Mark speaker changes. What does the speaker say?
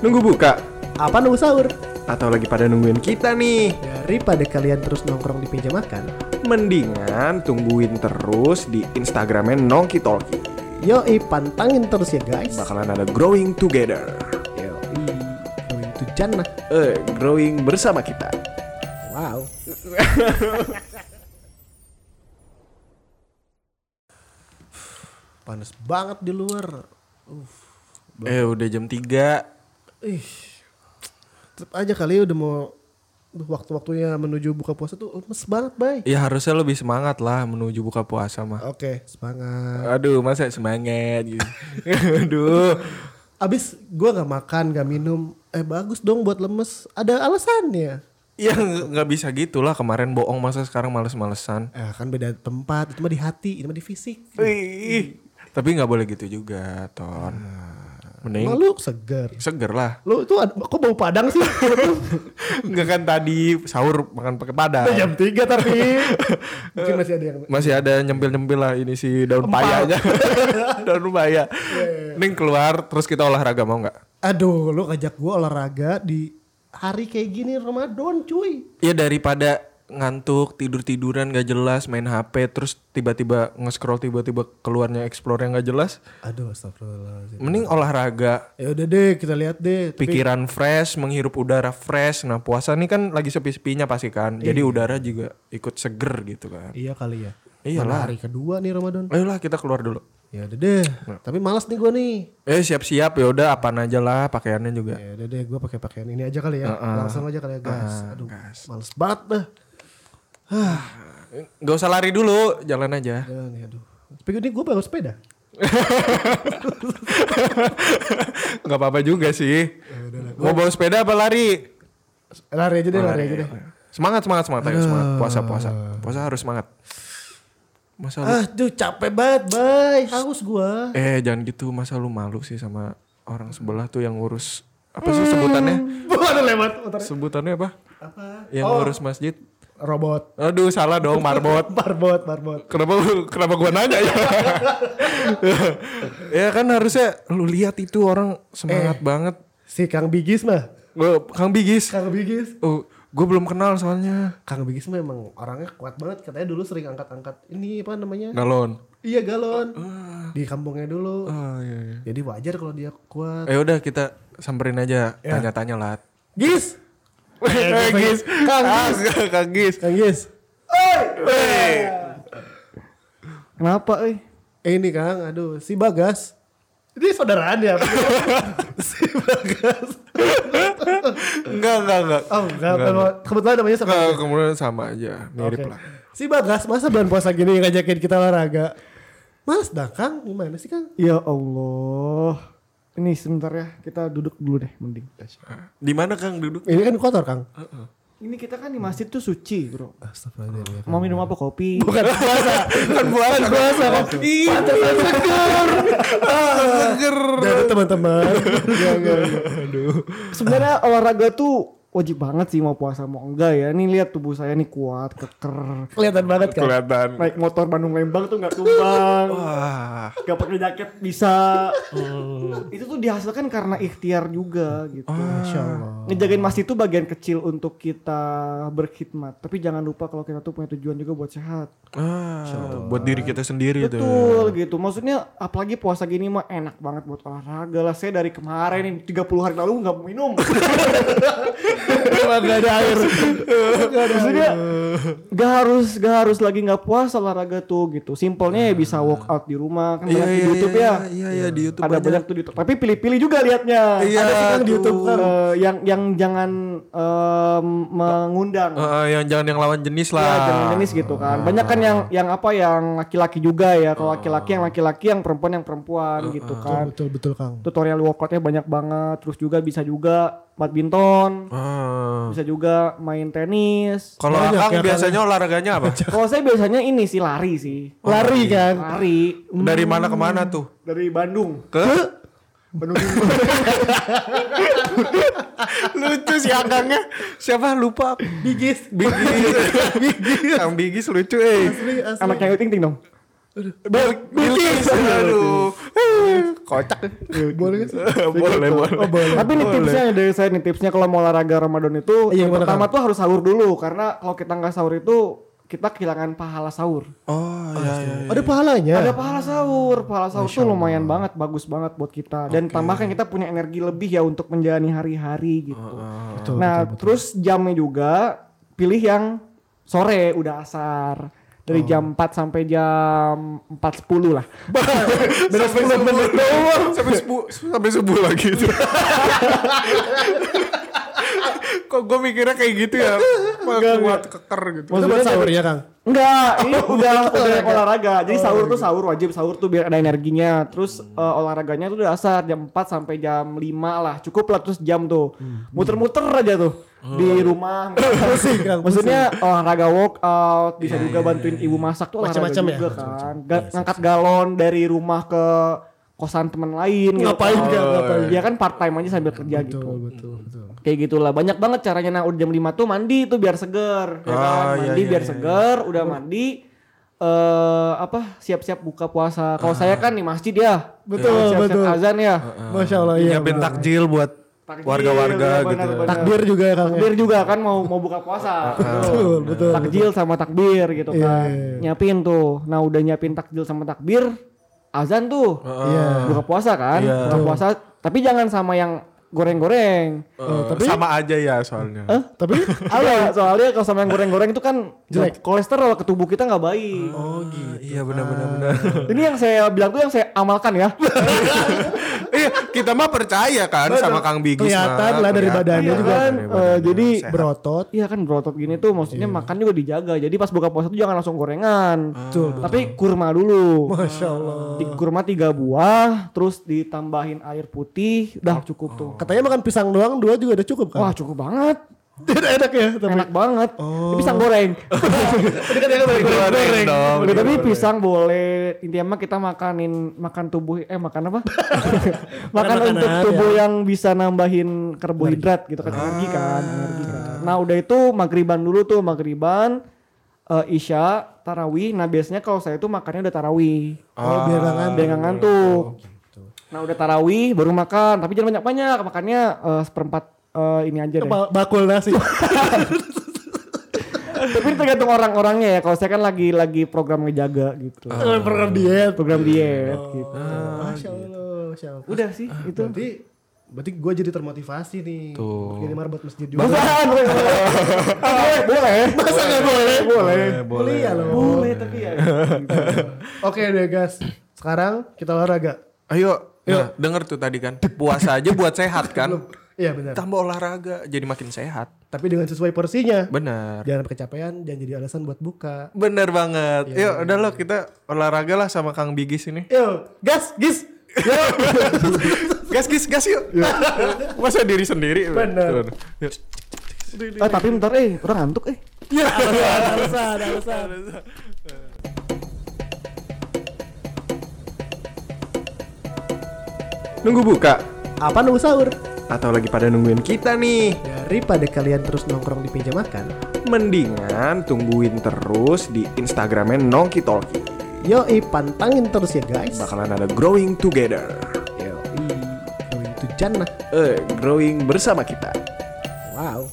Speaker 1: Nunggu buka?
Speaker 2: Apa nunggu sahur?
Speaker 1: Atau lagi pada nungguin kita nih?
Speaker 2: Daripada kalian terus nongkrong di meja makan,
Speaker 1: Mendingan tungguin terus di Instagramnya Nongki Talki.
Speaker 2: yoi pantangin terus ya guys.
Speaker 1: Bakalan ada growing together.
Speaker 2: Yoi, going to jannah.
Speaker 1: Eh, growing bersama kita.
Speaker 2: nah. Wow. Panas banget di luar.
Speaker 1: Eh, udah jam 3.
Speaker 2: Ih. Tetep aja kali ya, udah mau Duh, waktu-waktunya menuju buka puasa tuh lemes banget, Bay.
Speaker 1: Ya harusnya lebih semangat lah menuju buka puasa mah.
Speaker 2: Oke, semangat.
Speaker 1: Aduh, masa semangat gitu. Aduh.
Speaker 2: Abis gua nggak makan, nggak minum. Eh bagus dong buat lemes. Ada alasannya.
Speaker 1: Ya nggak bisa gitu lah kemarin bohong masa sekarang males-malesan.
Speaker 2: Eh, kan beda tempat, itu mah di hati, ini mah di fisik.
Speaker 1: Wih. Tapi nggak boleh gitu juga, Ton. Mending
Speaker 2: Emang lu seger.
Speaker 1: seger lah.
Speaker 2: Lu tuh ad- kok bau padang sih?
Speaker 1: Enggak kan tadi sahur makan pakai padang.
Speaker 2: Udah jam 3 tapi. Mungkin masih ada yang
Speaker 1: Masih ada nyempil-nyempil lah ini si daun payanya. daun paya. Mending keluar terus kita olahraga mau nggak?
Speaker 2: Aduh, lu ngajak gua olahraga di hari kayak gini Ramadan, cuy.
Speaker 1: Ya daripada ngantuk, tidur-tiduran gak jelas, main HP terus tiba-tiba nge-scroll tiba-tiba keluarnya explore yang gak jelas,
Speaker 2: Aduh, astagfirullahaladzim.
Speaker 1: mending olahraga
Speaker 2: Ya udah deh, kita lihat deh. Tapi
Speaker 1: pikiran fresh, menghirup udara fresh. Nah, puasa nih kan lagi sepi-sepinya pasti kan. Jadi udara juga ikut seger gitu kan.
Speaker 2: Iya kali ya.
Speaker 1: Iyalah.
Speaker 2: Mana hari kedua nih Ramadan.
Speaker 1: Ayolah kita keluar dulu.
Speaker 2: Ya udah deh. Tapi malas nih gua nih.
Speaker 1: Eh siap-siap ya udah apaan aja lah pakaiannya juga.
Speaker 2: Ya udah deh, gua pakai pakaian ini aja kali ya. Langsung aja kali ya, guys. Aduh, males banget dah.
Speaker 1: Gak usah lari dulu, jalan aja.
Speaker 2: Jangan ya, aduh. Tapi ini gua bawa sepeda.
Speaker 1: Gak apa-apa juga sih.
Speaker 2: Ya,
Speaker 1: Mau bawa sepeda apa lari?
Speaker 2: Lari aja deh, Oh, lari aja gitu deh.
Speaker 1: Semangat semangat semangat ayo semangat. Puasa puasa. Puasa harus semangat. Masa lu-
Speaker 2: Aduh, capek banget, bay. Haus gua.
Speaker 1: eh jangan gitu masa lu malu sih sama orang sebelah tuh yang ngurus apa sih sebutannya?
Speaker 2: Ada lewat. bentar.
Speaker 1: Sebutannya apa?
Speaker 2: Apa? Oh.
Speaker 1: Yang ngurus masjid.
Speaker 2: Robot.
Speaker 1: Aduh salah dong marbot.
Speaker 2: Barbot, barbot.
Speaker 1: Kenapa kenapa gua nanya ya? ya kan harusnya lu lihat itu orang
Speaker 2: Eh.
Speaker 1: semangat banget.
Speaker 2: Si Kang Bigis mah.
Speaker 1: Gua Kang Bigis.
Speaker 2: Kang Bigis.
Speaker 1: Oh, gue belum kenal soalnya.
Speaker 2: Kang Bigis mah emang orangnya kuat banget. Katanya dulu sering angkat-angkat. Ini apa namanya?
Speaker 1: Galon.
Speaker 2: Iya galon. Di kampungnya dulu.
Speaker 1: Oh, iya, iya.
Speaker 2: Jadi wajar kalau dia kuat.
Speaker 1: Eh udah kita samperin aja tanya-tanya lah.
Speaker 2: Gis.
Speaker 1: Eh, Gis.
Speaker 2: Kang
Speaker 1: Ah, Kang Gis. Eh,
Speaker 2: Kang Gis.
Speaker 3: Kenapa, eh?
Speaker 2: Eh ini Kang, aduh, si Bagas. Ini saudaraan ya. si Bagas.
Speaker 1: Enggak, enggak, enggak.
Speaker 2: Oh, enggak, memang- kebetulan namanya sama.
Speaker 1: Enggak, kemudian sama aja, mirip
Speaker 2: Oke.
Speaker 1: lah.
Speaker 2: Si Bagas, masa bulan puasa gini ngajakin kita olahraga? Mas dah Kang, gimana sih Kang?
Speaker 3: Ya Allah. Ini sebentar ya, kita duduk dulu deh mending.
Speaker 1: Di mana Kang duduk?
Speaker 2: Ini kan kotor Kang.
Speaker 3: Ini kita kan di masjid tuh suci, Bro.
Speaker 2: Astagfirullahaladzim.
Speaker 3: Mau minum apa kopi?
Speaker 2: Bukan puasa, bukan puasa, puasa Kang.
Speaker 1: Ih, Ah,
Speaker 2: Dari teman-teman. Iya, Enggak, enggak, enggak.
Speaker 3: Sebenarnya olahraga tuh wajib banget sih mau puasa mau enggak ya. Nih lihat tubuh saya nih kuat, keker.
Speaker 2: Kelihatan banget Kang.
Speaker 1: kelihatan.
Speaker 3: Naik motor Bandung Lembang tuh nggak tumbang.
Speaker 1: Wah.
Speaker 3: Gak pakai jaket bisa. Oh. Itu tuh dihasilkan karena ikhtiar juga gitu.
Speaker 2: Masya Allah.
Speaker 3: Ngejagain masjid itu bagian kecil untuk kita berkhidmat. Tapi jangan lupa kalau kita tuh punya tujuan juga buat sehat.
Speaker 1: Ah, buat diri kita sendiri tuh.
Speaker 3: Betul gitu. Maksudnya apalagi puasa gini mah enak banget buat olahraga lah. Saya dari kemarin ini 30 hari lalu nggak minum.
Speaker 2: Emang gak ada air.
Speaker 3: Maksudnya gak harus gak harus lagi nggak puasa olahraga tuh gitu. Simpelnya ya bisa workout di rumah kan banyak di YouTube ya.
Speaker 1: Nah. Iya, iya di YouTube.
Speaker 3: ada banyak tuh di YouTube. Tapi pilih-pilih juga liatnya.
Speaker 1: Iya,
Speaker 3: ada sih kan di
Speaker 1: tuh.
Speaker 3: YouTube kan, eh, yang yang jangan eh, mengundang.
Speaker 1: Eh, yang jangan yang lawan jenis lah.
Speaker 3: Ya, jangan jenis gitu kan. Banyak kan yang yang apa yang laki-laki juga
Speaker 1: Oh.
Speaker 3: ya. Kalau laki-laki yang laki-laki, yang perempuan yang perempuan gitu kan.
Speaker 2: Betul, betul Kang.
Speaker 3: Tutorial workoutnya banyak banget. Terus juga bisa juga badminton,
Speaker 1: Ah.
Speaker 3: bisa juga main tenis.
Speaker 1: Kalau
Speaker 2: Banyak
Speaker 1: Kang
Speaker 2: ya,
Speaker 1: biasanya olahraganya apa?
Speaker 3: Kalau saya biasanya ini sih lari sih.
Speaker 2: Lari kan.
Speaker 3: Lari
Speaker 1: Dari mana ke mana tuh?
Speaker 3: dari Bandung.
Speaker 1: Ke
Speaker 3: Bandung.
Speaker 1: lucu si agangnya siapa lupa aku.
Speaker 2: Bigis.
Speaker 1: bigis kang bigis lucu eh
Speaker 2: Asli, asli.
Speaker 3: Anak yang ting dong.
Speaker 1: bigis aduh Eh,
Speaker 2: Kocak. Boleh kan sih?
Speaker 1: boleh, boleh.
Speaker 3: Tapi nih tipsnya dari saya nih tipsnya kalau mau olahraga Ramadan itu
Speaker 2: Iya,
Speaker 3: yang
Speaker 2: gimana,
Speaker 3: pertama tuh harus sahur dulu karena kalau kita nggak sahur itu kita kehilangan pahala sahur.
Speaker 1: Oh, iya, iya, iya.
Speaker 2: Ada pahalanya.
Speaker 3: Ada Eh, pahala sahur, pahala sahur tuh lumayan banget, bagus banget buat kita. Dan tambahkan kita punya energi lebih ya untuk menjalani hari-hari gitu.
Speaker 2: Betul,
Speaker 3: nah terus jamnya juga pilih yang sore udah asar dari jam 4 sampai jam 4.10 lah.
Speaker 1: sampai subuh doang. Sampai subuh, sampai subuh lagi itu. Kok gue mikirnya kayak gitu ya? Kuat keker gitu.
Speaker 2: Itu buat sahur ya Kang?
Speaker 3: Enggak, ini udah udah olahraga. Jadi sahur tuh sahur wajib sahur tuh biar ada energinya. Terus eh, olahraganya tuh udah asar jam 4 sampai jam 5 lah. Cukup lah terus jam tuh. Muter-muter aja tuh di rumah.
Speaker 2: Pusing Kang.
Speaker 3: Maksudnya olahraga workout, bisa juga bantuin ibu masak tuh olahraga
Speaker 2: Macam-macam ya?
Speaker 3: juga kan. Ga- ngangkat galon dari rumah ke kosan teman lain gitu
Speaker 2: Ngapain
Speaker 3: kan.
Speaker 2: Kang? Ngapain?
Speaker 3: Dia kan part time aja sambil kerja gitu.
Speaker 2: Betul, betul, betul.
Speaker 3: Kayak gitulah banyak banget caranya nah udah jam 5 tuh mandi tuh biar seger ya
Speaker 1: Ah,
Speaker 3: kan?
Speaker 1: iya,
Speaker 3: mandi
Speaker 1: iya,
Speaker 3: biar
Speaker 1: iya,
Speaker 3: seger udah mandi eh apa siap-siap buka puasa kalau saya kan di masjid ya
Speaker 2: Betul,
Speaker 3: siap-siap
Speaker 2: betul.
Speaker 3: azan ya
Speaker 2: Masya Allah iya.
Speaker 1: Nyiapin takjil buat
Speaker 3: Takjil,
Speaker 1: warga-warga
Speaker 3: iya,
Speaker 1: gitu.
Speaker 3: benar-benar.
Speaker 2: Takbir juga ya Kang. ya?
Speaker 3: takbir juga kan mau mau buka puasa Gitu.
Speaker 2: Betul, betul.
Speaker 3: takjil sama takbir gitu
Speaker 2: Iya,
Speaker 3: kan
Speaker 2: iya, iya.
Speaker 3: nyiapin tuh nah udah nyiapin takjil sama takbir azan tuh
Speaker 2: Iya.
Speaker 3: buka puasa kan
Speaker 1: Iya.
Speaker 3: buka puasa tapi jangan sama yang goreng-goreng
Speaker 1: Eh,
Speaker 2: Oh, tapi
Speaker 1: Sama aja ya soalnya.
Speaker 2: tapi
Speaker 3: Ada soalnya kalau sama yang goreng-goreng itu kan
Speaker 2: Jelek.
Speaker 3: kolesterol ke tubuh kita nggak baik.
Speaker 1: Oh gitu. Iya benar-benar. benar.
Speaker 3: Ini yang saya bilang tuh yang saya amalkan ya.
Speaker 1: Iya kita mah percaya kan sama Kang Bigis. mah.
Speaker 2: Kelihatan lah dari
Speaker 1: Kelihatan.
Speaker 2: badannya
Speaker 1: Iya
Speaker 2: juga.
Speaker 1: kan,
Speaker 3: Eh,
Speaker 1: dari badannya.
Speaker 3: jadi
Speaker 1: Sehat.
Speaker 2: berotot.
Speaker 3: Iya kan berotot gini tuh
Speaker 2: Iya.
Speaker 3: maksudnya makan juga dijaga. Jadi pas buka puasa tuh jangan langsung gorengan. Tapi kurma dulu.
Speaker 2: Masya Allah.
Speaker 3: Di kurma tiga buah, terus ditambahin air putih,
Speaker 2: Oh.
Speaker 3: udah cukup tuh.
Speaker 2: Katanya makan pisang doang dua juga udah cukup kan?
Speaker 3: Wah cukup banget,
Speaker 2: enak ya. Tapi Oh.
Speaker 3: enak banget. Ini Pisang goreng.
Speaker 1: Goreng dong. gitu.
Speaker 2: iya,
Speaker 3: Udah, tapi pisang boleh intinya mah kita makanin makan tubuh eh makan apa makan, untuk
Speaker 2: makanan, ya.
Speaker 3: tubuh yang bisa nambahin karbohidrat gitu kan energi kan
Speaker 2: Ah.
Speaker 3: energi kan nah udah itu magriban dulu tuh magriban eh, isya tarawih nah biasanya kalau saya tuh makannya udah tarawih
Speaker 2: Oh, gitu. biar nggak ngantuk.
Speaker 3: biar nggak ngantuk nah udah tarawih baru makan tapi jangan banyak banyak makannya eh, seperempat eh, ini aja deh
Speaker 2: Ba- bakul nasi.
Speaker 3: tapi tergantung orang-orangnya ya kalau saya kan lagi lagi program ngejaga gitu
Speaker 2: Ah. program diet.
Speaker 3: program diet
Speaker 2: Oh.
Speaker 3: gitu
Speaker 2: Masya Allah. Masya Allah.
Speaker 3: Udah sih itu.
Speaker 2: Berarti berarti gue jadi termotivasi nih.
Speaker 1: Tuh.
Speaker 2: Ini marbat masjid juga.
Speaker 3: Bukan, bukan, bukan. Eh, boleh. Masa nggak boleh? Boleh.
Speaker 2: Boleh ya loh.
Speaker 3: Boleh tapi ya.
Speaker 2: Oke deh guys. Sekarang kita olahraga.
Speaker 1: Ayo, nah, denger tuh tadi kan. Puasa aja buat sehat kan.
Speaker 2: Iya benar.
Speaker 1: Tambah olahraga jadi makin sehat.
Speaker 2: Tapi dengan sesuai porsinya.
Speaker 1: Benar.
Speaker 2: Jangan kecapean, jangan jadi alasan buat buka.
Speaker 1: Benar banget. Yuk, udah lo kita olahraga lah sama Kang Bigis ini.
Speaker 2: Yo, gas, gis.
Speaker 1: gas, gas, gas yuk. Masa diri sendiri.
Speaker 2: Benar.
Speaker 1: Yuk.
Speaker 3: Eh tapi bentar eh, orang ngantuk eh.
Speaker 2: Alasan, alasan.
Speaker 1: Nunggu buka
Speaker 2: Apa nunggu sahur?
Speaker 1: atau lagi pada nungguin kita nih.
Speaker 2: Daripada kalian terus nongkrong di meja makan,
Speaker 1: Mendingan tungguin terus di Instagramnya Nongki Talki.
Speaker 2: yoi pantangin terus ya guys.
Speaker 1: Bakalan ada growing together.
Speaker 2: Yoi, going to jannah.
Speaker 1: Eh, growing bersama kita.
Speaker 2: Wow.